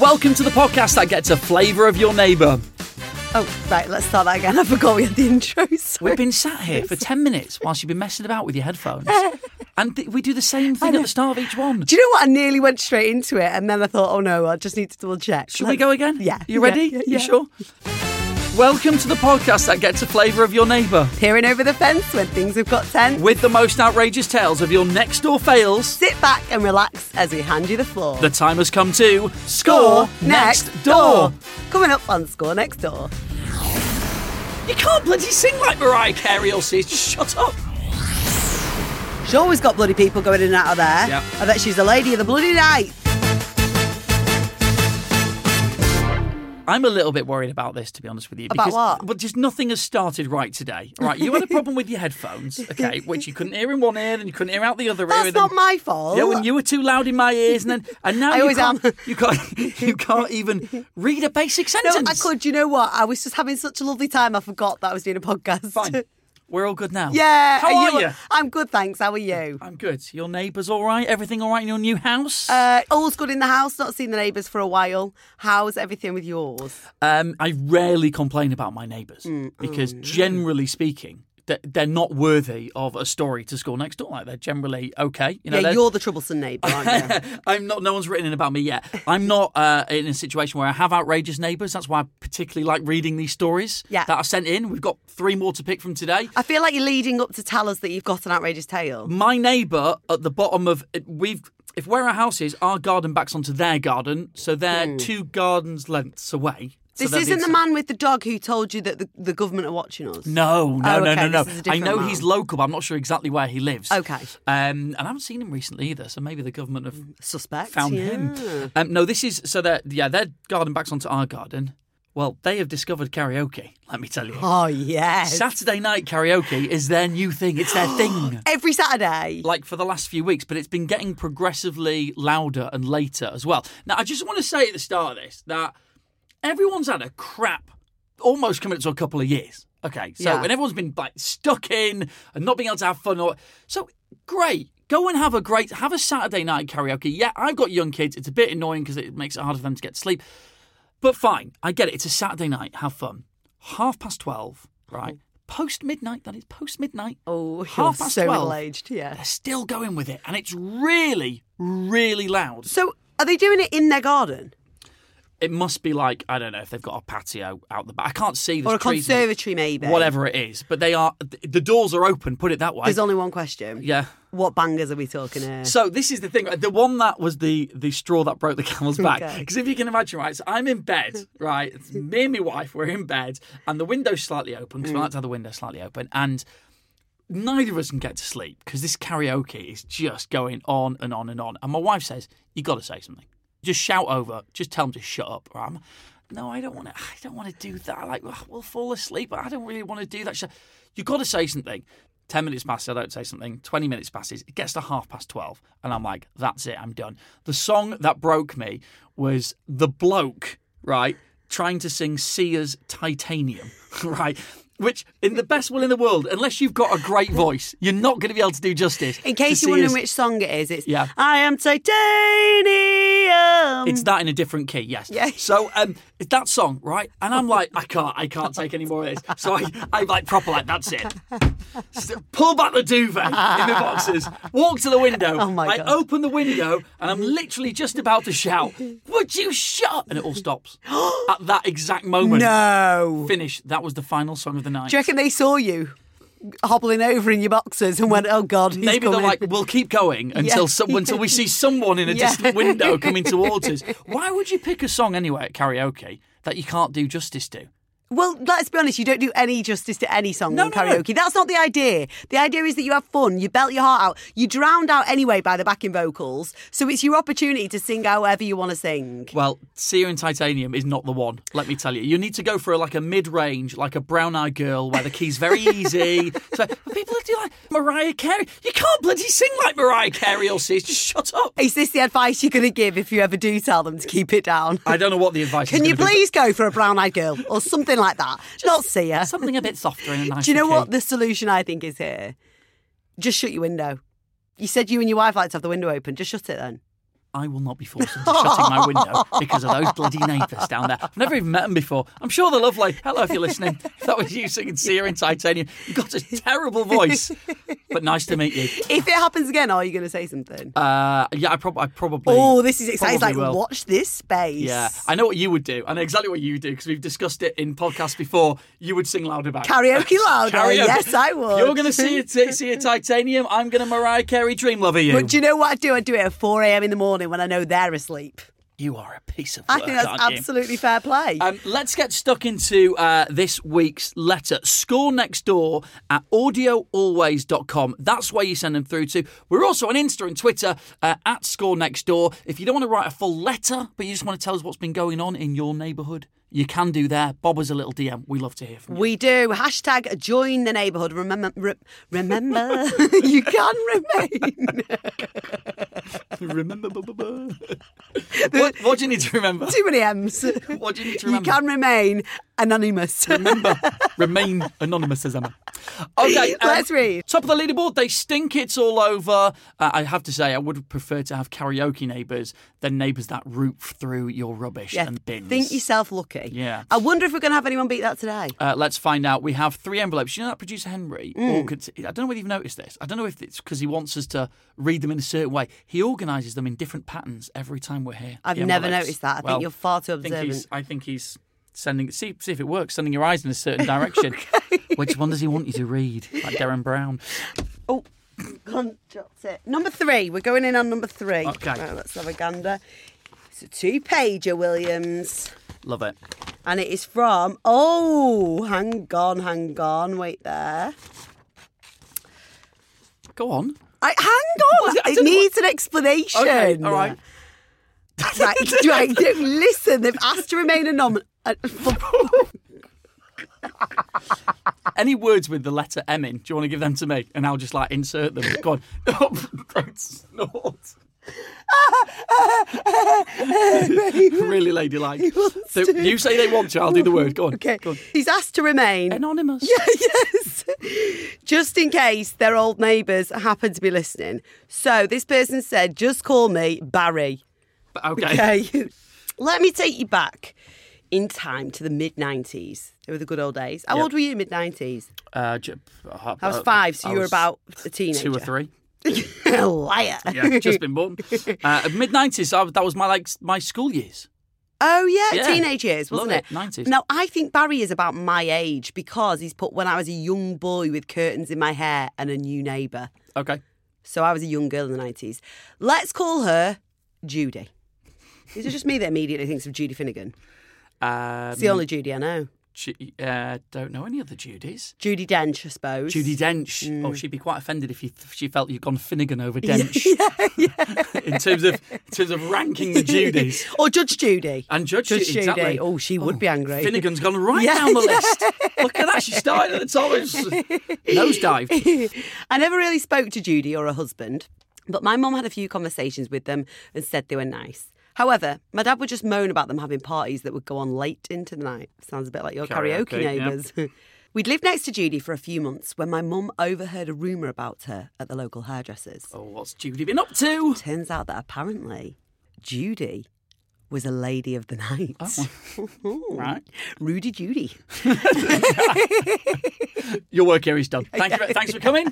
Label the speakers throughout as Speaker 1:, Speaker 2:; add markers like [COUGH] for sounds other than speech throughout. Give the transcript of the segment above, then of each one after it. Speaker 1: Welcome to the podcast that gets a flavour of your neighbour.
Speaker 2: Oh, right, let's start that again. [LAUGHS] I forgot we had the [LAUGHS] intros.
Speaker 1: We've been sat here for 10 minutes whilst you've been messing about with your [LAUGHS] headphones. And th- we do the same thing at the start of each one.
Speaker 2: Do you know what? I nearly went straight into it and then I thought, oh no, I just need to double check.
Speaker 1: Should we
Speaker 2: Let's-
Speaker 1: go again?
Speaker 2: Yeah.
Speaker 1: You
Speaker 2: yeah,
Speaker 1: ready?
Speaker 2: yeah,
Speaker 1: You
Speaker 2: yeah.
Speaker 1: sure? Welcome to the podcast that gets a flavour of your neighbour
Speaker 2: Peering over the fence when things have got tense.
Speaker 1: with the most outrageous tales of your next door fails.
Speaker 2: Sit back and relax as we hand you the floor.
Speaker 1: The time has come to score next door.
Speaker 2: Coming up on Score Next Door.
Speaker 1: You can't bloody sing like Mariah Carey or see. Just shut up.
Speaker 2: She's always got bloody people going in and out of there.
Speaker 1: Yep.
Speaker 2: I bet she's the lady of the bloody night.
Speaker 1: I'm a little bit worried about this, to be honest with you.
Speaker 2: About
Speaker 1: because,
Speaker 2: what?
Speaker 1: But just nothing has started right today. All Right, you had a problem with your
Speaker 2: [LAUGHS]
Speaker 1: headphones, okay, which you couldn't hear in one ear and you couldn't hear out the other ear.
Speaker 2: That's
Speaker 1: and
Speaker 2: not
Speaker 1: then-
Speaker 2: my fault.
Speaker 1: Yeah, when you were too loud in my ears, and then and now
Speaker 2: I
Speaker 1: you
Speaker 2: always
Speaker 1: can't,
Speaker 2: am.
Speaker 1: you can't [LAUGHS] you can't even read a basic
Speaker 2: no,
Speaker 1: sentence.
Speaker 2: I could. You know what? I was just having such a lovely time. I forgot that I was doing a podcast. [LAUGHS]
Speaker 1: Fine, we're all good now.
Speaker 2: yeah.
Speaker 1: how are you?
Speaker 2: I'm good, thanks. How are you?
Speaker 1: I'm good. Your neighbours all right? Everything all right in your new house?
Speaker 2: Uh, all's good in the house. Not seen the neighbours for a while. How's everything with yours?
Speaker 1: Um, I rarely complain about my neighbours
Speaker 2: Mm,
Speaker 1: because, generally speaking, th- they're not worthy of a story to score next door. Like they're generally okay. You know,
Speaker 2: yeah,
Speaker 1: they're-
Speaker 2: you're the troublesome neighbour,
Speaker 1: [LAUGHS]
Speaker 2: aren't you?
Speaker 1: I'm not. No one's written in about me yet. I'm not uh, in a situation where I have outrageous neighbours. That's why I particularly like reading these stories
Speaker 2: Yeah. Uh,
Speaker 1: that are sent in. We've got three more to pick from today.
Speaker 2: I feel like you're leading up to tell us that you've got an outrageous tale.
Speaker 1: My neighbour at the bottom of we've if where our house is, our garden backs onto their garden, so they're two gardens lengths away. So
Speaker 2: Hmm. This
Speaker 1: they're
Speaker 2: isn't the
Speaker 1: inside-
Speaker 2: man with the dog who told you that the, the government are watching us.
Speaker 1: No, no,
Speaker 2: Oh,
Speaker 1: no,
Speaker 2: okay,
Speaker 1: no, no.
Speaker 2: this is a
Speaker 1: I
Speaker 2: different
Speaker 1: know
Speaker 2: man.
Speaker 1: he's local, but I'm not sure exactly where he lives.
Speaker 2: Okay.
Speaker 1: Um, and I haven't seen him recently either, so maybe the government have
Speaker 2: Suspect.
Speaker 1: found
Speaker 2: yeah.
Speaker 1: him. Um, no, this is so that yeah, their garden backs onto our garden. Well, they have discovered karaoke. Let me tell you,
Speaker 2: Oh yes.
Speaker 1: Saturday night karaoke is their new thing. It's their
Speaker 2: [GASPS]
Speaker 1: thing. [GASPS]
Speaker 2: Every Saturday.
Speaker 1: Like for the last few weeks, but it's been getting progressively louder and later as well. Now, I just want to say at the start of this that everyone's had a crap, almost coming up to a couple of years. Okay, so
Speaker 2: Yeah.
Speaker 1: and everyone's been like stuck in and not being able to have fun. Or so great, go and have a great, have a Saturday night karaoke. Yeah, I've got young kids. It's a bit annoying because it makes it harder for them to get to sleep. But fine, I get it. It's a Saturday night. Have fun. Half past twelve, right? Post midnight. That is post midnight.
Speaker 2: oh,
Speaker 1: half
Speaker 2: you're
Speaker 1: past
Speaker 2: so
Speaker 1: 12.
Speaker 2: middle aged. Yeah.
Speaker 1: They're still going with it, and it's really, really loud.
Speaker 2: So are they doing it in their garden
Speaker 1: It must be like I don't know if they've got a patio out the back. I can't see. There's
Speaker 2: or a
Speaker 1: trees in it.
Speaker 2: conservatory maybe?
Speaker 1: whatever it is. But they are th- the doors are open. Put it that way.
Speaker 2: There's only one question.
Speaker 1: yeah.
Speaker 2: What bangers are we talking here?
Speaker 1: So this is the thing. The one that was the the straw that broke the camel's back.
Speaker 2: Okay.
Speaker 1: Because if you can imagine, right? So I'm in bed, right? It's me and my wife. We're in bed, and the window's slightly open because we like to have the window slightly open, and neither of us can get to sleep because this karaoke is just going on and on and on. And my wife says, "You got to say something. Just shout over. Just tell them to shut up." Or I'm, no, I don't want to. I don't want to do that. Like ugh, we'll fall asleep. I don't really want to do that. She- You got to say something. Ten minutes passes. I don't say something. Twenty minutes passes. It gets to half past twelve, and I'm like, "That's it. I'm done." The song that broke me was the bloke, right? trying to sing Sia's Titanium, [LAUGHS] right? Which, in the best will in the world, unless you've got a great voice, you're not going to be able to do justice.
Speaker 2: In
Speaker 1: to
Speaker 2: case
Speaker 1: Sia's-
Speaker 2: you're wondering which song it is, it's
Speaker 1: Yeah.
Speaker 2: I am titanium.
Speaker 1: It's that in a different key, yes.
Speaker 2: Yeah.
Speaker 1: So um, it's that song, right? And I'm like, I can't, I can't take any more of this. So I, I like proper like, that's it. So pull back the duvet in the boxes. Walk to the window.
Speaker 2: Oh, my
Speaker 1: I
Speaker 2: God.
Speaker 1: open the window and I'm literally just about to shout, "Would you shut?" And it all
Speaker 2: [GASPS]
Speaker 1: stops at that exact moment.
Speaker 2: no.
Speaker 1: Finish. That was the final song of the night.
Speaker 2: Do you reckon they saw you hobbling over in your boxes and went, "Oh God, he's
Speaker 1: Maybe they're
Speaker 2: coming."
Speaker 1: like, we'll keep going until
Speaker 2: [LAUGHS] Yeah.
Speaker 1: some, until we
Speaker 2: [LAUGHS]
Speaker 1: see someone in a
Speaker 2: Yeah.
Speaker 1: distant window
Speaker 2: [LAUGHS]
Speaker 1: coming towards us. Why would you pick a song anyway at karaoke that you can't do justice to?
Speaker 2: Well, let's be honest. You don't do any justice to any song
Speaker 1: No,
Speaker 2: in
Speaker 1: no, no.
Speaker 2: karaoke. That's not the idea. The idea is that you have fun. You belt your heart out. You drowned out anyway by the backing vocals, so it's your opportunity to sing however you want to sing.
Speaker 1: Well, Sia and Titanium is not the one, let me tell you. You need to go for like a mid range, like a brown eyed girl where the key's very
Speaker 2: [LAUGHS]
Speaker 1: easy. so people do like Mariah Carey. You can't bloody sing like Mariah Carey or Sia. Just shut up.
Speaker 2: Is this the advice you're going to give if you ever do tell them to keep it down?
Speaker 1: I don't know what the advice is.
Speaker 2: Can you
Speaker 1: gonna be,
Speaker 2: please go for a brown-eyed girl or something
Speaker 1: [LAUGHS]
Speaker 2: like that? Not see her.
Speaker 1: but
Speaker 2: [LAUGHS]
Speaker 1: Something a bit softer and a nicer
Speaker 2: Do you know
Speaker 1: key.
Speaker 2: what the solution I think is here? Just shut your window. You said you and your wife like to have the window open. Just shut it then.
Speaker 1: I will not be forced into shutting my
Speaker 2: [LAUGHS]
Speaker 1: window because of those bloody neighbours down there. I've never even met them before. I'm sure they're lovely. Hello, if you're listening. [LAUGHS] If that was you singing Sear in Titanium, you've got a terrible voice, but nice to meet you.
Speaker 2: If it happens again, are you going to say something?
Speaker 1: Uh, yeah, I, prob- I probably.
Speaker 2: oh, this is exciting. It's like,
Speaker 1: probably will.
Speaker 2: watch this space.
Speaker 1: Yeah, I know what you would do. I know exactly what you would do because we've discussed it in podcasts before. You would sing loud about it. [LAUGHS]
Speaker 2: Karaoke louder. Yes, I would.
Speaker 1: You're going to see it, see a titanium. I'm going to Mariah Carey dream lover you.
Speaker 2: [LAUGHS] But do you know what I do? I do it at 4 a.m. in the morning when I know they're asleep.
Speaker 1: you are a piece of.
Speaker 2: I
Speaker 1: work,
Speaker 2: think that's
Speaker 1: aren't you?
Speaker 2: absolutely fair play.
Speaker 1: Um, let's get stuck into uh, this week's letter. Score next door at audioalways.com. That's where you send them through to. We're also on Insta and Twitter uh, at score next door. If you don't want to write a full letter, but you just want to tell us what's been going on in your neighbourhood, you can do there. Bob us a little DM. We love to hear from you.
Speaker 2: we do. Hashtag join the neighbourhood. Remember, re- remember, [LAUGHS] you can remain. [LAUGHS]
Speaker 1: remember. what, what do you need to remember?
Speaker 2: Too many M's.
Speaker 1: What do you need to
Speaker 2: You
Speaker 1: remember?
Speaker 2: can remain anonymous.
Speaker 1: remember, remain anonymous, as Emma.
Speaker 2: [LAUGHS]
Speaker 1: Okay, um,
Speaker 2: Let's read.
Speaker 1: Top of the leaderboard, they stink. It's all over. Uh, I have to say, I would prefer to have karaoke neighbours than neighbours that root through your rubbish
Speaker 2: Yeah,
Speaker 1: and bins.
Speaker 2: Think yourself lucky.
Speaker 1: Yeah.
Speaker 2: I wonder if we're going to have anyone beat that today.
Speaker 1: Uh, let's find out. We have three envelopes. You know that producer Henry?
Speaker 2: Mm.
Speaker 1: organ- I don't know whether you've noticed this. I don't know if it's because he wants us to read them in a certain way. He organises them in different patterns every time we're here.
Speaker 2: I've
Speaker 1: the
Speaker 2: never
Speaker 1: envelopes.
Speaker 2: noticed that. I think
Speaker 1: Well,
Speaker 2: you're far too
Speaker 1: I think he's.
Speaker 2: observant.
Speaker 1: I think he's sending. See, see if it works. Sending your eyes in a
Speaker 2: [LAUGHS]
Speaker 1: certain direction. Which one does he want you to read? Like Darren Brown.
Speaker 2: Oh, gone, dropped it. Number three. We're going in on number three.
Speaker 1: Okay.
Speaker 2: Right, let's have a gander. It's a two-pager, Williams.
Speaker 1: Love it.
Speaker 2: And it is from, oh, hang on, hang on, wait there.
Speaker 1: Go on.
Speaker 2: I, hang on,
Speaker 1: I
Speaker 2: it
Speaker 1: don't know
Speaker 2: needs an explanation.
Speaker 1: Okay. All right.
Speaker 2: [LAUGHS] Right, right, don't- listen, they've asked to remain anonymous. [LAUGHS]
Speaker 1: Any words with the letter M in? Do you want to give them to me? And I'll just like insert them. Go on. [LAUGHS] Oh, don't
Speaker 2: [LAUGHS]
Speaker 1: snort. really ladylike.
Speaker 2: wants
Speaker 1: So
Speaker 2: to.
Speaker 1: you say they want to. I'll do the word. Go on.
Speaker 2: Okay,
Speaker 1: Go on.
Speaker 2: he's asked to remain.
Speaker 1: Anonymous.
Speaker 2: yes. Just in case their old neighbours happen to be listening. So this person said, just call me Barry.
Speaker 1: But Okay.
Speaker 2: Okay. [LAUGHS] Let me take you back in time to the mid 90s. They were the good old days. How old were you mid 90s?
Speaker 1: Uh, j- uh,
Speaker 2: I was five, so
Speaker 1: I
Speaker 2: you were
Speaker 1: was
Speaker 2: about a teenager.
Speaker 1: two or three.
Speaker 2: [LAUGHS] Liar.
Speaker 1: Yeah, just been born. Uh, Mid nineties. That was my like s- my school years.
Speaker 2: [LAUGHS] Oh yeah,
Speaker 1: Yeah.
Speaker 2: teenage years,
Speaker 1: Love it.
Speaker 2: wasn't it?
Speaker 1: 90s.
Speaker 2: Now I think Barry is about my age because he's put when I was a young boy with curtains in my hair and a new neighbour.
Speaker 1: Okay.
Speaker 2: So I was a young girl in the nineties. Let's call her Judy. Is it just me that immediately thinks of Judy Finnegan?
Speaker 1: Um,
Speaker 2: It's the only Judy I know.
Speaker 1: Ju- uh, don't know any other Judys.
Speaker 2: Judy Dench, I suppose. [LAUGHS]
Speaker 1: Judy Dench.
Speaker 2: Mm.
Speaker 1: Oh, she'd be quite offended if you, she felt you'd gone Finnegan over Dench in terms of in terms of ranking the Judys
Speaker 2: or Judge Judy.
Speaker 1: and Judge,
Speaker 2: Judge
Speaker 1: Judy. Exactly.
Speaker 2: Judy. Oh, she would be angry.
Speaker 1: Finnegan's gone right
Speaker 2: Yeah,
Speaker 1: down the list. Look at that. She started at the top. It's- Nosedived.
Speaker 2: [LAUGHS] I never really spoke to Judy or her husband, but my mum had a few conversations with them and said they were nice. However, my dad would just moan about them having parties that would go on late into the night. Sounds a bit like your karaoke,
Speaker 1: Karaoke, yeah.
Speaker 2: neighbours. [LAUGHS] We'd lived next to Judy for a few months when my mum overheard a rumour about her at the local hairdresser's.
Speaker 1: Oh, what's Judy been up to?
Speaker 2: Turns out that apparently Judy was a lady of the night.
Speaker 1: Oh. Right.
Speaker 2: [LAUGHS] Rudy Judy.
Speaker 1: Your work here is
Speaker 2: [LAUGHS]
Speaker 1: done. Thank you. Thanks for coming.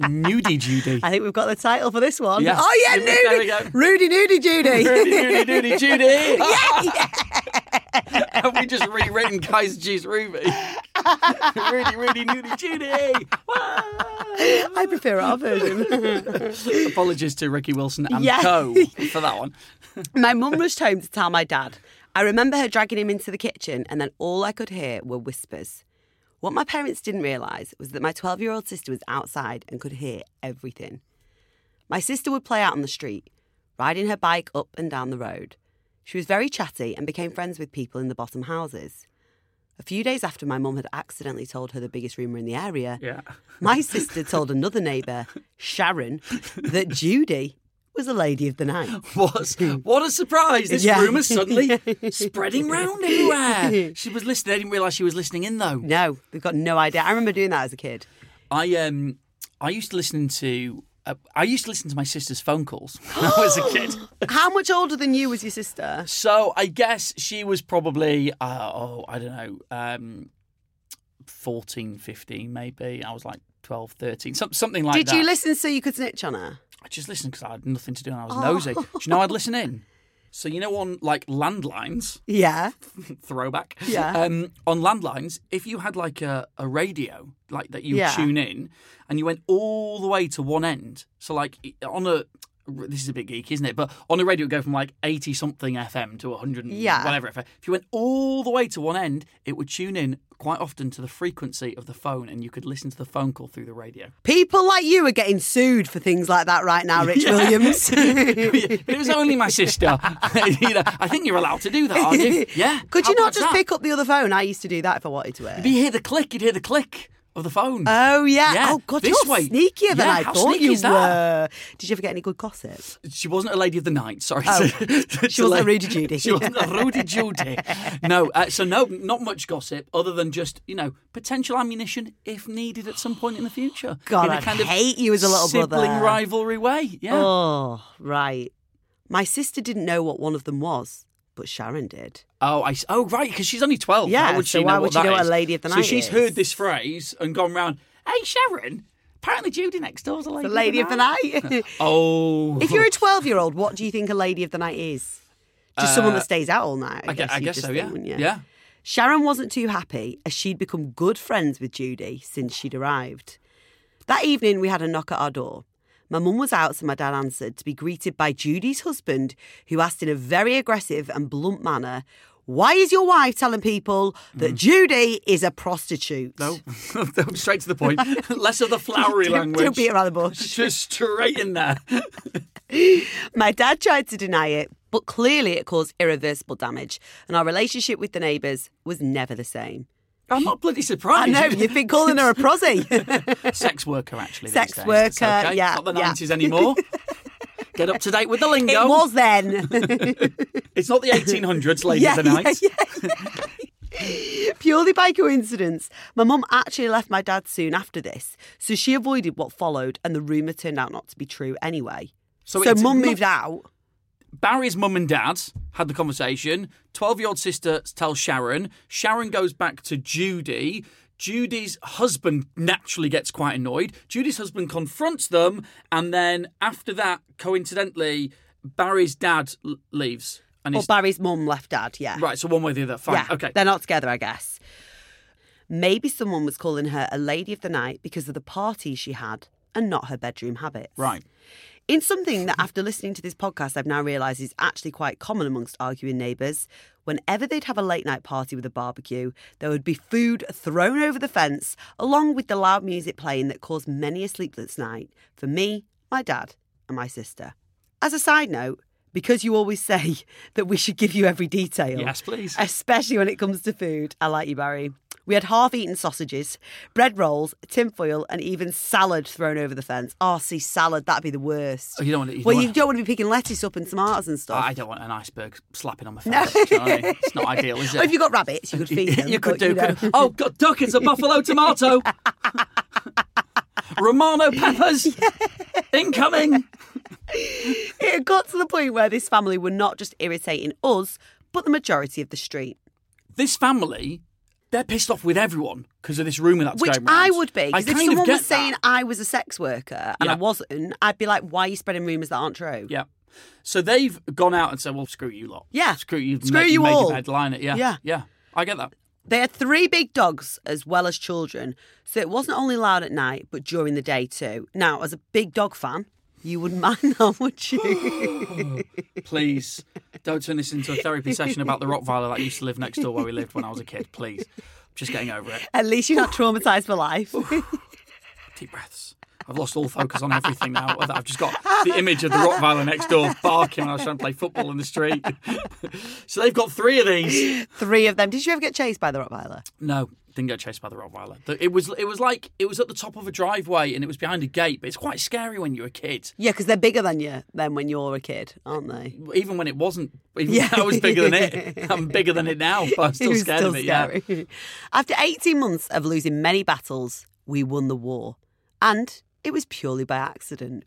Speaker 1: Nudie Judy.
Speaker 2: I think we've got the title for this one.
Speaker 1: Yeah.
Speaker 2: Oh,
Speaker 1: [LAUGHS]
Speaker 2: yeah,
Speaker 1: There we
Speaker 2: Nudie.
Speaker 1: go.
Speaker 2: Rudy Nudie Judy.
Speaker 1: Judy, Judy, Judy, Judy. [LAUGHS] Have we just rewritten Kaiser Chiefs Ruby? [LAUGHS] really, really nudie
Speaker 2: [LAUGHS]
Speaker 1: Judy. Wow.
Speaker 2: I prefer our version.
Speaker 1: Apologies to Ricky Wilson and
Speaker 2: Yeah.
Speaker 1: Co for that
Speaker 2: [LAUGHS]
Speaker 1: one.
Speaker 2: my mum rushed home to tell my dad. I remember her dragging him into the kitchen, and then all I could hear were whispers. What my parents didn't realise was that my 12 year old sister was outside and could hear everything. My sister would play out on the street, riding her bike up and down the road. She was very chatty and became friends with people in the bottom houses. A few days after my mum had accidentally told her the biggest rumour in the area,
Speaker 1: Yeah.
Speaker 2: My sister told another neighbour, Sharon, that Judy was a lady of the night.
Speaker 1: [LAUGHS] What, what a surprise. This
Speaker 2: Yeah.
Speaker 1: rumour
Speaker 2: [LAUGHS]
Speaker 1: suddenly spreading round everywhere. She was listening. I didn't realise she was listening in, though.
Speaker 2: No, we've got no idea. I remember doing that as a kid.
Speaker 1: I um I used to listen to Uh, I used to listen to my sister's phone calls when I was a
Speaker 2: [GASPS]
Speaker 1: kid.
Speaker 2: How much older than you was your sister?
Speaker 1: So I guess she was probably, uh, oh, I don't know, um, 14, 15 maybe. I was like 12, 13, some, something like
Speaker 2: Did
Speaker 1: that.
Speaker 2: you listen so you could snitch on her?
Speaker 1: I just listened because I had nothing to do and I was
Speaker 2: Oh.
Speaker 1: nosy. Do you know I'd listen
Speaker 2: [LAUGHS]
Speaker 1: in? So you know on like landlines,
Speaker 2: Yeah.
Speaker 1: throwback.
Speaker 2: Yeah.
Speaker 1: Um, on landlines, if you had like a, a radio like that you would
Speaker 2: Yeah.
Speaker 1: tune in and you went all the way to one end. So like on a this is a bit geeky, isn't it? But on a radio, it would go from like eighty something FM to hundred and
Speaker 2: Yeah.
Speaker 1: whatever FM. If you went all the way to one end, it would tune in quite often to the frequency of the phone, and you could listen to the phone call through the radio. [LAUGHS]
Speaker 2: People like you are getting sued for things like that right now,
Speaker 1: [LAUGHS]
Speaker 2: Rich Williams.
Speaker 1: but it was only my sister. [LAUGHS] you know, I think you're allowed to do that, aren't
Speaker 2: [LAUGHS]
Speaker 1: you? Yeah.
Speaker 2: Could
Speaker 1: How
Speaker 2: you not
Speaker 1: bad's
Speaker 2: just
Speaker 1: that?
Speaker 2: pick up the other phone? I used to do that if I wanted to. It.
Speaker 1: You'd hear the click. You'd hear the click of the phone.
Speaker 2: Oh yeah.
Speaker 1: Yeah,
Speaker 2: Oh god,
Speaker 1: this
Speaker 2: you're
Speaker 1: way.
Speaker 2: sneakier than
Speaker 1: Yeah,
Speaker 2: I
Speaker 1: how
Speaker 2: thought
Speaker 1: sneaky
Speaker 2: you
Speaker 1: is that?
Speaker 2: were. Did you ever get any good gossip?
Speaker 1: she wasn't a lady of the night. Sorry.
Speaker 2: Oh.
Speaker 1: [LAUGHS]
Speaker 2: She wasn't a Rudy Judy.
Speaker 1: she wasn't a Rudy
Speaker 2: [LAUGHS]
Speaker 1: Judy. No. Uh, so no, not much gossip other than just you know potential ammunition if needed at some point in the future.
Speaker 2: [GASPS] God,
Speaker 1: in a
Speaker 2: I'd
Speaker 1: kind
Speaker 2: hate
Speaker 1: of
Speaker 2: you as a little
Speaker 1: sibling
Speaker 2: brother.
Speaker 1: rivalry way. Yeah.
Speaker 2: Oh right. My sister didn't know what one of them was, but Sharon did.
Speaker 1: Oh, I. s- Oh, right, because she's only twelve.
Speaker 2: Yeah,
Speaker 1: How would
Speaker 2: so
Speaker 1: she
Speaker 2: why
Speaker 1: know
Speaker 2: would
Speaker 1: what
Speaker 2: she
Speaker 1: that
Speaker 2: know what a
Speaker 1: is?
Speaker 2: lady of the
Speaker 1: So
Speaker 2: night
Speaker 1: she's
Speaker 2: is?
Speaker 1: heard this phrase and gone round. Hey, Sharon. Apparently, Judy next door's a lady.
Speaker 2: The lady of the night. [LAUGHS]
Speaker 1: Oh.
Speaker 2: if you're a 12 year old, what do you think a lady of the night is? Just someone that stays out all night. I,
Speaker 1: Uh, I gue-
Speaker 2: guess,
Speaker 1: I
Speaker 2: you'd
Speaker 1: guess
Speaker 2: just
Speaker 1: so.
Speaker 2: think,
Speaker 1: Yeah.
Speaker 2: wouldn't you?
Speaker 1: Yeah.
Speaker 2: Sharon wasn't too happy as she'd become good friends with Judy since she'd arrived. That evening, we had a knock at our door. My mum was out, so my dad answered to be greeted by Judy's husband, who asked in a very aggressive and blunt manner, Why is your wife telling people that Judy is a prostitute? [LAUGHS]
Speaker 1: No. Oh. [LAUGHS] Straight to the point. Less of the flowery
Speaker 2: Don't-
Speaker 1: language.
Speaker 2: Don't beat around the bush.
Speaker 1: [LAUGHS] Just straight in there.
Speaker 2: My dad tried to deny it, but clearly it caused irreversible damage, and our relationship with the neighbours was never the same.
Speaker 1: I'm not bloody
Speaker 2: [LAUGHS] I
Speaker 1: surprised.
Speaker 2: know, you've been calling her a prosy.
Speaker 1: Sex worker, actually. these
Speaker 2: Sex
Speaker 1: days. It's
Speaker 2: worker,
Speaker 1: okay.
Speaker 2: yeah,
Speaker 1: Not the
Speaker 2: yeah.
Speaker 1: 90s
Speaker 2: [LAUGHS]
Speaker 1: anymore. Get up to date with the lingo.
Speaker 2: it was then.
Speaker 1: It's not the
Speaker 2: [LAUGHS]
Speaker 1: 1800s, lady
Speaker 2: Yeah,
Speaker 1: of the night.
Speaker 2: yeah, [LAUGHS] Purely by coincidence, my mum actually left my dad soon after this, so she avoided what followed, and the rumour turned out not to be true anyway. So,
Speaker 1: it's
Speaker 2: mum
Speaker 1: not-
Speaker 2: moved out.
Speaker 1: Barry's mum and dad had the conversation. 12 year old sister tells Sharon. Sharon goes back to Judy. Judy's husband naturally gets quite annoyed. Judy's husband confronts them. And then after that, coincidentally, Barry's dad l- leaves. And
Speaker 2: Or
Speaker 1: it's
Speaker 2: Barry's mum left dad, yeah.
Speaker 1: right. So one way or the other. Fine.
Speaker 2: Yeah,
Speaker 1: Okay.
Speaker 2: They're not together, I guess. Maybe someone was calling her a lady of the night because of the party she had and not her bedroom habits.
Speaker 1: right.
Speaker 2: In something that, after listening to this podcast, I've now realised is actually quite common amongst arguing neighbours. Whenever they'd have a late night party with a barbecue, there would be food thrown over the fence, along with the loud music playing that caused many a sleepless night for me, my dad, and my sister. As a side note, because you always [LAUGHS] say that we should give you every detail.
Speaker 1: Yes, please.
Speaker 2: Uh, Especially when it comes to food. I like you, Barry. We had half eaten sausages, bread rolls, tinfoil, and even salad thrown over the fence. Oh, see, salad, that'd be the worst.
Speaker 1: Oh, you don't want to eat
Speaker 2: well,
Speaker 1: the
Speaker 2: you don't want to be picking lettuce up and tomatoes and stuff.
Speaker 1: I don't want an iceberg slapping on my face. do you know what I mean? It's
Speaker 2: [LAUGHS]
Speaker 1: not ideal, is it?
Speaker 2: Well, if you've got rabbits, you could feed
Speaker 1: [LAUGHS]
Speaker 2: them.
Speaker 1: you could
Speaker 2: but,
Speaker 1: do.
Speaker 2: know.
Speaker 1: could- oh, God, duck, it's a buffalo tomato.
Speaker 2: [LAUGHS]
Speaker 1: Romano peppers. Incoming.
Speaker 2: [LAUGHS] It got to the point where this family were not just irritating us, but the majority of the street.
Speaker 1: This family, they're pissed off with everyone because of this rumour that's
Speaker 2: Which
Speaker 1: going round.
Speaker 2: I would be.
Speaker 1: I
Speaker 2: Because if
Speaker 1: kind of
Speaker 2: someone
Speaker 1: get
Speaker 2: was saying
Speaker 1: that.
Speaker 2: I was a sex worker and
Speaker 1: Yeah.
Speaker 2: I wasn't, I'd be like, why are you spreading rumours that aren't true?
Speaker 1: Yeah. So they've gone out and said, well, screw you lot.
Speaker 2: Yeah.
Speaker 1: Screw you. you've
Speaker 2: Screw
Speaker 1: made,
Speaker 2: you
Speaker 1: made
Speaker 2: all.
Speaker 1: Your bed, line it. Yeah.
Speaker 2: Yeah.
Speaker 1: Yeah. I get that.
Speaker 2: They had three big dogs as well as children, so it wasn't only loud at night, but during the day too. Now, as a big dog fan, you wouldn't [LAUGHS] mind that, would you?
Speaker 1: Please don't turn this into a therapy session
Speaker 2: [LAUGHS]
Speaker 1: about the Rottweiler that used to live next door where we lived when I was a kid. Please. Just getting over it.
Speaker 2: at least you're not traumatised for life.
Speaker 1: deep breaths. I've lost all focus on everything now. I've just got the image of the Rottweiler next door barking when I was trying to play football in the street. [LAUGHS] so they've got three of these.
Speaker 2: [LAUGHS] three of them. Did you ever get chased by the Rottweiler?
Speaker 1: No, didn't get chased by the Rottweiler. The- It was it was like it was at the top of a driveway and it was behind a gate, but it's quite scary when you're a kid.
Speaker 2: Yeah, because they're bigger than you then when you're a kid, aren't they?
Speaker 1: Even when it wasn't, even
Speaker 2: Yeah.
Speaker 1: when I was bigger than
Speaker 2: [LAUGHS]
Speaker 1: it. I'm bigger than it now, but I'm still
Speaker 2: It was
Speaker 1: scared
Speaker 2: still
Speaker 1: of it. Yeah.
Speaker 2: scary. After 18 months of losing many battles, we won the war. And It was purely by accident.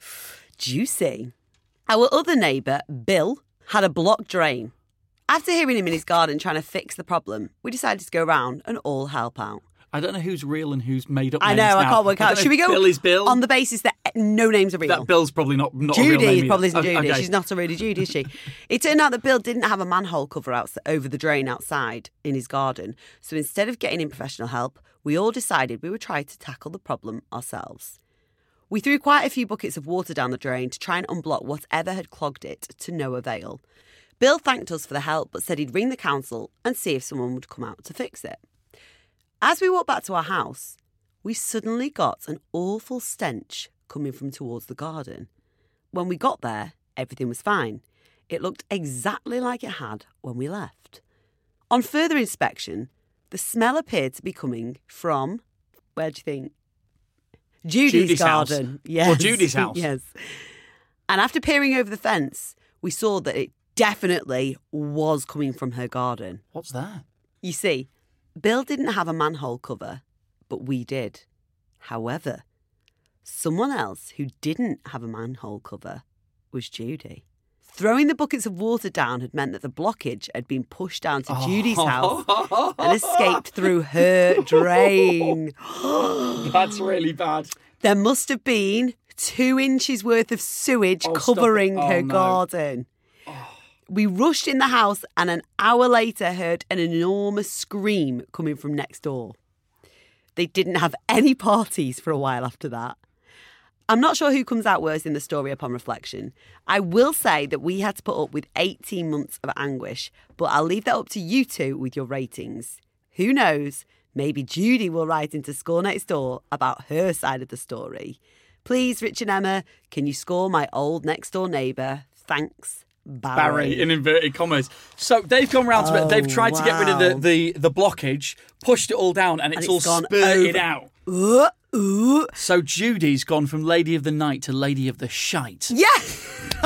Speaker 2: Juicy. Our other neighbour, Bill, had a blocked drain. After hearing him in his garden trying to fix the problem, we decided to go round and all help out.
Speaker 1: I don't know who's real and who's made up.
Speaker 2: I
Speaker 1: names
Speaker 2: know, I
Speaker 1: now.
Speaker 2: can't work
Speaker 1: don't
Speaker 2: out.
Speaker 1: know
Speaker 2: Should we
Speaker 1: if
Speaker 2: go
Speaker 1: Bill is Bill.
Speaker 2: on the basis that no names are real?
Speaker 1: that Bill's probably not not a real
Speaker 2: Judy
Speaker 1: name
Speaker 2: is
Speaker 1: either.
Speaker 2: probably isn't
Speaker 1: Okay,
Speaker 2: Judy.
Speaker 1: okay.
Speaker 2: She's not a really Judy, is she? It turned out that Bill didn't have a manhole cover out over the drain outside in his garden. So instead of getting in professional help, we all decided we would try to tackle the problem ourselves. We threw quite a few buckets of water down the drain to try and unblock whatever had clogged it to no avail. Bill thanked us for the help but said he'd ring the council and see if someone would come out to fix it. As we walked back to our house, we suddenly got an awful stench coming from towards the garden. When we got there, everything was fine. It looked exactly like it had when we left. On further inspection, the smell appeared to be coming from where do you think? Judy's,
Speaker 1: Judy's house.
Speaker 2: garden.
Speaker 1: Or
Speaker 2: Yes. [LAUGHS]
Speaker 1: Judy's house.
Speaker 2: yes. And after peering over the fence, we saw that it definitely was coming from her garden.
Speaker 1: What's that?
Speaker 2: You see, Bill didn't have a manhole cover, but we did. However, someone else who didn't have a manhole cover was Judy. Throwing the buckets of water down had meant that the blockage had been pushed down to Judy's
Speaker 1: Oh.
Speaker 2: house [LAUGHS] and escaped
Speaker 1: [LAUGHS]
Speaker 2: through her drain.
Speaker 1: That's really bad.
Speaker 2: There must have been two inches worth of sewage
Speaker 1: Oh, stop it.
Speaker 2: covering
Speaker 1: Oh,
Speaker 2: her
Speaker 1: no. Oh.
Speaker 2: garden. We rushed in the house and an hour later heard an enormous scream coming from next door. They didn't have any parties for a while after that. I'm not sure who comes out worse in the story upon reflection. I will say that we had to put up with 18 months of anguish, but I'll leave that up to you two with your ratings. Who knows? Maybe Judy will write into Score Next Door about her side of the story. Please, Rich and Emma, can you score my old next door neighbour? Thanks, Barry.
Speaker 1: Barry in inverted commas. So they've gone round to it. They've
Speaker 2: Oh,
Speaker 1: tried to get rid of
Speaker 2: wow.
Speaker 1: the, the, the blockage, pushed it all down, and it's,
Speaker 2: it's
Speaker 1: all
Speaker 2: gone
Speaker 1: spurted
Speaker 2: over.
Speaker 1: out.
Speaker 2: Ooh, ooh.
Speaker 1: So Judy's gone from lady of the night to lady of the shite.
Speaker 2: Yeah. [LAUGHS]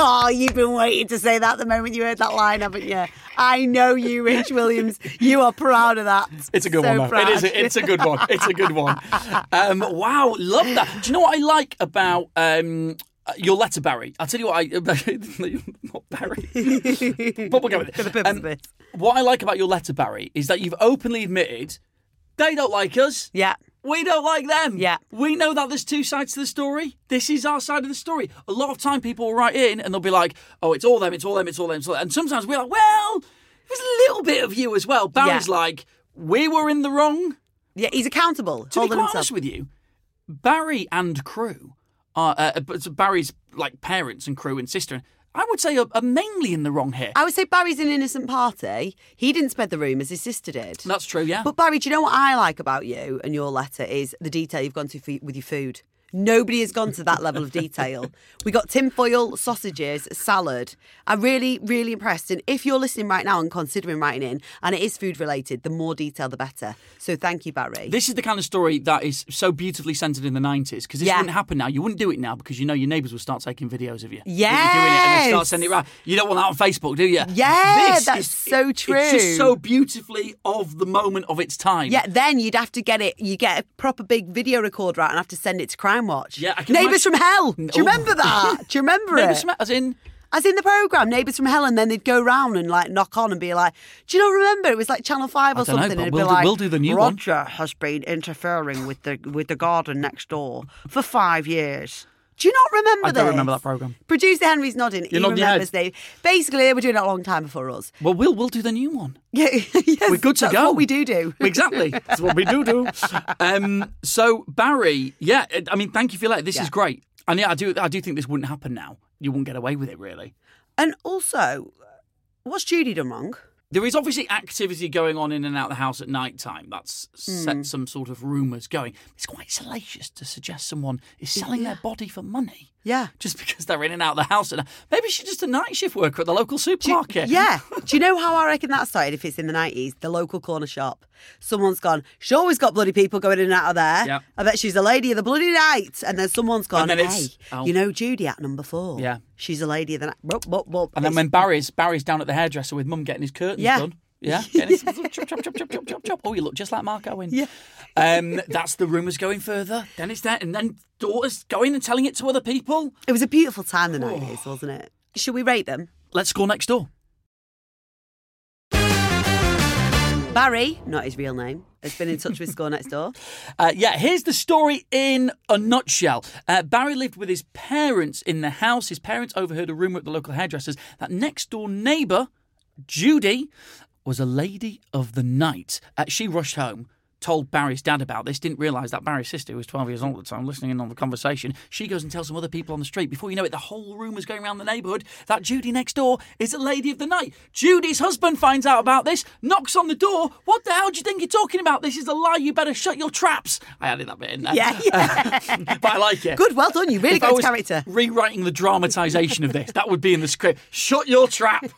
Speaker 2: Oh, you've been waiting to say that the moment you heard that line, haven't you? I know you, Rich Williams. You are proud of that.
Speaker 1: It's a good
Speaker 2: So
Speaker 1: one, though.
Speaker 2: Proud.
Speaker 1: It is. A, it's a good one. It's a good
Speaker 2: [LAUGHS]
Speaker 1: one. Um, wow, love that. Do you know what I like about um, your letter, Barry? I'll tell you what I. [LAUGHS] not
Speaker 2: [LAUGHS]
Speaker 1: Barry. but we'll go with it.
Speaker 2: For the purpose
Speaker 1: Um,
Speaker 2: of it.
Speaker 1: What I like about your letter, Barry, is that you've openly admitted they don't like us.
Speaker 2: Yeah.
Speaker 1: We don't like them.
Speaker 2: Yeah.
Speaker 1: We know that there's two sides to the story. This is our side of the story. A lot of time people will write in and they'll be like, oh, it's all them, it's all them, it's all them. It's all them. And sometimes we're like, well, there's a little bit of you as well. Barry's
Speaker 2: Yeah.
Speaker 1: like, we were in the wrong.
Speaker 2: Yeah, he's accountable.
Speaker 1: To be
Speaker 2: holding
Speaker 1: quite
Speaker 2: himself.
Speaker 1: honest with you, Barry and crew are, uh, but so Barry's like parents and crew and sister, I would say are, are mainly in the wrong here.
Speaker 2: I would say Barry's an innocent party. He didn't spread the rumours, his sister did.
Speaker 1: That's true, yeah.
Speaker 2: But Barry, do you know what I like about you and your letter is the detail you've gone to for, with your food. Nobody has gone to that level of detail. We got tinfoil, sausages, salad. I'm really, really impressed. And if you're listening right now and considering writing in, and it is food related, the more detail, the better. So thank you, Barry.
Speaker 1: This is the kind of story that is so beautifully centered in the 90s because this
Speaker 2: Yeah.
Speaker 1: wouldn't happen now. You wouldn't do it now because you know your neighbours will start taking videos of you. that You're doing it and
Speaker 2: Yes.
Speaker 1: they start sending it around. You don't want that on Facebook, do you?
Speaker 2: Yeah,
Speaker 1: This
Speaker 2: that's
Speaker 1: is-
Speaker 2: so
Speaker 1: It's
Speaker 2: true.
Speaker 1: just so beautifully of the moment of its time.
Speaker 2: yeah, then you'd have to get it. You get a proper big video recorder out and have to send it to Crime Watch.
Speaker 1: Yeah, I can
Speaker 2: Neighbours
Speaker 1: imagine-
Speaker 2: from Hell. Do you
Speaker 1: Oh.
Speaker 2: remember that? Do you remember
Speaker 1: [LAUGHS]
Speaker 2: it?
Speaker 1: Neighbours from- As in,
Speaker 2: As in the program, Neighbours from Hell, and then they'd go round and like knock on and be like, "Do you not remember? It was like Channel Five or
Speaker 1: I don't know,
Speaker 2: something."
Speaker 1: but
Speaker 2: and it'd
Speaker 1: we'll
Speaker 2: be
Speaker 1: do-
Speaker 2: like,
Speaker 1: we'll do the new one.
Speaker 3: Roger has been interfering with the with the garden next door for five years.
Speaker 2: "Do you not remember?"
Speaker 1: I don't
Speaker 2: this?
Speaker 1: remember that programme.
Speaker 2: Producer Henry's nodding. he
Speaker 1: You're nodding your head.
Speaker 2: remembers. They basically they were doing it a long time before us. [LAUGHS]
Speaker 1: well, we'll, we'll do the new one.
Speaker 2: Yeah, yes,
Speaker 1: We're good to
Speaker 2: that's
Speaker 1: go.
Speaker 2: What we do do.
Speaker 1: Exactly. That's what we do do. Um, so, Barry, yeah, I mean, thank you for your letter. This is great. And yeah, I do, I do think this wouldn't happen now. You wouldn't get away with it, really.
Speaker 2: And also, what's Judy done wrong?
Speaker 1: There is obviously activity going on in and out of the house at night time. That's set some sort of rumours going. It's quite salacious to suggest someone is selling their body for money
Speaker 2: Yeah.
Speaker 1: just [LAUGHS] because they're in and out of the house. And maybe she's just a night shift worker at the local supermarket.
Speaker 2: Yeah. Do you know how I reckon that started? If it's in the nineties, the local corner shop. Someone's gone. She always got bloody people going in and out of there.
Speaker 1: Yeah.
Speaker 2: I bet she's a lady of the bloody night. And then someone's gone.
Speaker 1: And then
Speaker 2: hey,
Speaker 1: it's- oh.
Speaker 2: you know Judy at number four.
Speaker 1: Yeah.
Speaker 2: She's a lady of the night. Whoop, whoop, whoop.
Speaker 1: And then
Speaker 2: It's-
Speaker 1: when Barry's Barry's down at the hairdresser with mum getting his curtains
Speaker 2: yeah,
Speaker 1: done.
Speaker 2: [LAUGHS]
Speaker 1: Yeah. And it's [LAUGHS] chop, chop, chop, chop, chop, chop, chop. Oh, you look just like Mark Owen. Yeah. Um, that's the rumours going further. Then it's that, and then daughters going and telling it to other people.
Speaker 2: It was a beautiful time, the
Speaker 1: Oh.
Speaker 2: 90s, wasn't it? Should we rate them?
Speaker 1: Let's go next door.
Speaker 2: Barry, not his real name, has been in touch with Score Next
Speaker 1: [LAUGHS]
Speaker 2: Door.
Speaker 1: Uh, yeah, here's the story in a nutshell. Uh, Barry lived with his parents in the house. His parents overheard a rumour at the local hairdressers that next door neighbour, Judy, was a lady of the night. Uh, she rushed home. Told Barry's dad about this, didn't realise that Barry's sister, who was 12 years old at the time, listening in on the conversation, she goes and tells some other people on the street. Before you know it, the whole rumour's going around the neighbourhood that Judy next door is a lady of the night. Judy's husband finds out about this, knocks on the door. What the hell do you think you're talking about? This is a lie. You better shut your traps. I added that bit in there.
Speaker 2: Yeah, yeah.
Speaker 1: [LAUGHS] but I like it.
Speaker 2: Good, well done. You really
Speaker 1: If I
Speaker 2: got his
Speaker 1: was
Speaker 2: character.
Speaker 1: Rewriting the dramatisation of this, that would be in the script. Shut your trap.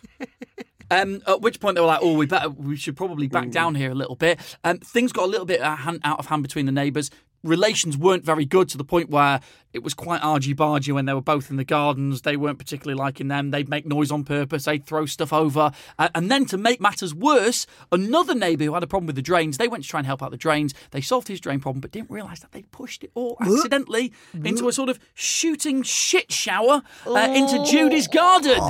Speaker 1: Um, at which point they were like, "Oh, we better, we should probably back down here a little bit." Um, things got a little bit out of hand- out of hand between the neighbours. Relations weren't very good to the point where it was quite argy bargy when they were both in the gardens. They weren't particularly liking them. They'd make noise on purpose. They'd throw stuff over. Uh, and then to make matters worse, another neighbour who had a problem with the drains, they went to try and help out the drains. They solved his drain problem, but didn't realise that they pushed it all accidentally into a sort of shooting shit shower uh, into Judy's garden.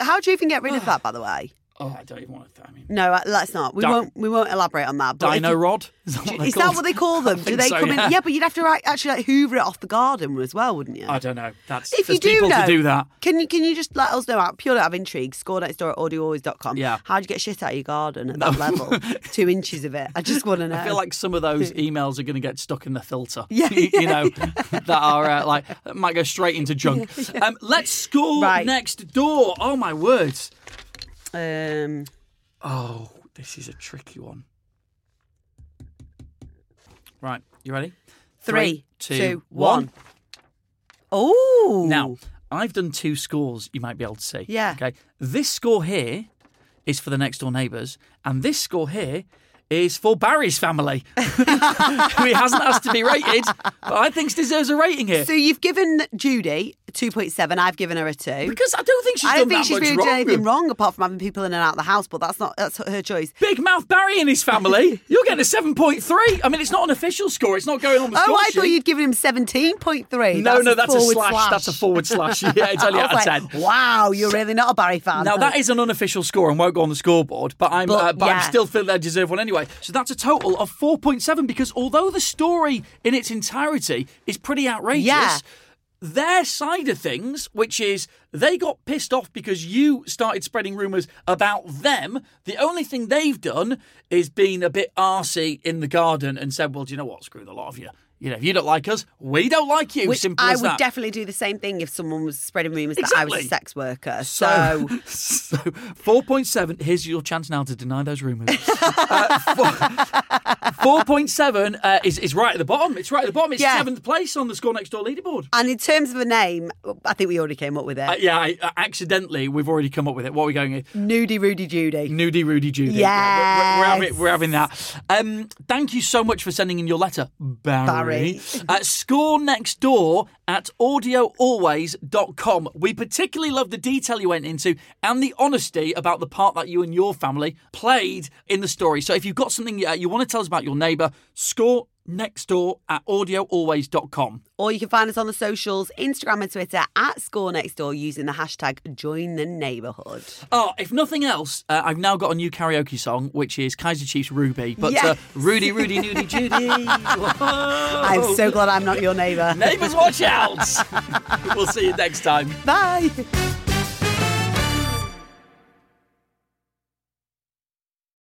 Speaker 2: How do you even get rid of that, by the way?
Speaker 1: Oh, I don't even want to. I mean,
Speaker 2: No, uh, let's not. We
Speaker 1: Di-
Speaker 2: won't. We won't elaborate on that. But if
Speaker 1: Dino
Speaker 2: you-
Speaker 1: Rod? Is that what
Speaker 2: Is that what they call them? Do
Speaker 1: think
Speaker 2: they
Speaker 1: so,
Speaker 2: come
Speaker 1: yeah.
Speaker 2: in? Yeah, but you'd have to like, actually like hoover it off the garden as well, wouldn't you?
Speaker 1: [LAUGHS] I don't know. That's
Speaker 2: if
Speaker 1: there's
Speaker 2: you do
Speaker 1: people
Speaker 2: know,
Speaker 1: to do that.
Speaker 2: can you can you just let us know out purely out of intrigue? Score next door at audioalways.com.
Speaker 1: Yeah.
Speaker 2: How do you get shit out of your garden at
Speaker 1: [LAUGHS]
Speaker 2: that level? Two inches of it. I just want to know.
Speaker 1: I feel like some of
Speaker 2: [LAUGHS]
Speaker 1: those emails are going to get stuck in the filter.
Speaker 2: Uh, Yeah,
Speaker 1: [LAUGHS] you, you know, that are uh, like that might go straight into
Speaker 2: [LAUGHS]
Speaker 1: junk. Um, let's score
Speaker 2: Right.
Speaker 1: next door. Oh my words!
Speaker 2: um,
Speaker 1: Oh, this is a tricky one. Right, you ready?
Speaker 2: three,
Speaker 1: two,
Speaker 2: two, one.
Speaker 1: one.
Speaker 2: Oh,
Speaker 1: Now, I've done two scores you might be able to see.
Speaker 2: Yeah.
Speaker 1: Okay. This score here is for the next door neighbours, and this score here is for Barry's family, [LAUGHS] who he hasn't asked to be rated, but I think deserves a rating here.
Speaker 2: So you've given Judy two point seven. I've given her a two.
Speaker 1: because I don't think she's
Speaker 2: I
Speaker 1: done
Speaker 2: don't
Speaker 1: that
Speaker 2: think she's
Speaker 1: much
Speaker 2: really
Speaker 1: wrong.
Speaker 2: done anything wrong apart from having people in and out of the house, but that's not that's her choice.
Speaker 1: Big Mouth Barry and his
Speaker 2: [LAUGHS]
Speaker 1: family, you're getting a 7.3. I mean, it's not an official score, it's not going on the
Speaker 2: Oh,
Speaker 1: score
Speaker 2: I thought
Speaker 1: sheet.
Speaker 2: you'd given him seventeen point three.
Speaker 1: No, no, that's a
Speaker 2: forward
Speaker 1: slash. That's a forward slash. [LAUGHS] Yeah, it's
Speaker 2: I
Speaker 1: only out of
Speaker 2: was like,
Speaker 1: 10.
Speaker 2: wow, you're really not a Barry fan.
Speaker 1: Now that is an unofficial score and won't go on the scoreboard, but I'm
Speaker 2: But,
Speaker 1: uh, but I'm
Speaker 2: yeah.
Speaker 1: still feel they deserve one anyway. So that's a total of four point seven because although the story in its entirety is pretty outrageous,
Speaker 2: Yeah.
Speaker 1: their side of things, which is they got pissed off because you started spreading rumours about them. The only thing they've done is been a bit arsy in the garden and said, "Well, do you know what? Screw the lot of you." You know, if you don't like us, we don't like you.
Speaker 2: Which
Speaker 1: Simple
Speaker 2: I
Speaker 1: as
Speaker 2: would
Speaker 1: that.
Speaker 2: definitely do the same thing if someone was spreading rumours that I was
Speaker 1: Exactly.
Speaker 2: a sex worker. So,
Speaker 1: So, so [LAUGHS] 4.7. Here's your chance now to deny those rumours. [LAUGHS] Uh, four- 4.7 uh, is, is right at the bottom. It's right at the bottom. It's
Speaker 2: Yeah.
Speaker 1: seventh place on the Score Next Door leaderboard.
Speaker 2: and in terms of a name, I think we already came up with it.
Speaker 1: Uh, yeah, I, uh, accidentally, we've already come up with it. What are we going with?
Speaker 2: Nudie Rudy Judy.
Speaker 1: Nudie Rudy Judy.
Speaker 2: Yes.
Speaker 1: We're, we're, having, we're having that. Um, thank you so much for sending in your letter, Barry.
Speaker 2: Barry.
Speaker 1: uh, score next door at audioalways.com. We particularly love the detail you went into and the honesty about the part that you and your family played in the story. So if you've got something uh, you want to tell us about your neighbour, score next door at audioalways.com.
Speaker 2: Or you can find us on the socials, Instagram and Twitter at Score Next Door using the hashtag Join the Neighbourhood.
Speaker 1: Oh, if nothing else, uh, I've now got a new karaoke song, which is Kaiser Chiefs Ruby. But uh,
Speaker 2: Yes.
Speaker 1: Rudy, Rudy, Nudie,
Speaker 2: [LAUGHS]
Speaker 1: Judy.
Speaker 2: I'm so glad I'm not your neighbour.
Speaker 1: Neighbours, watch out! we'll see you next time.
Speaker 2: Bye.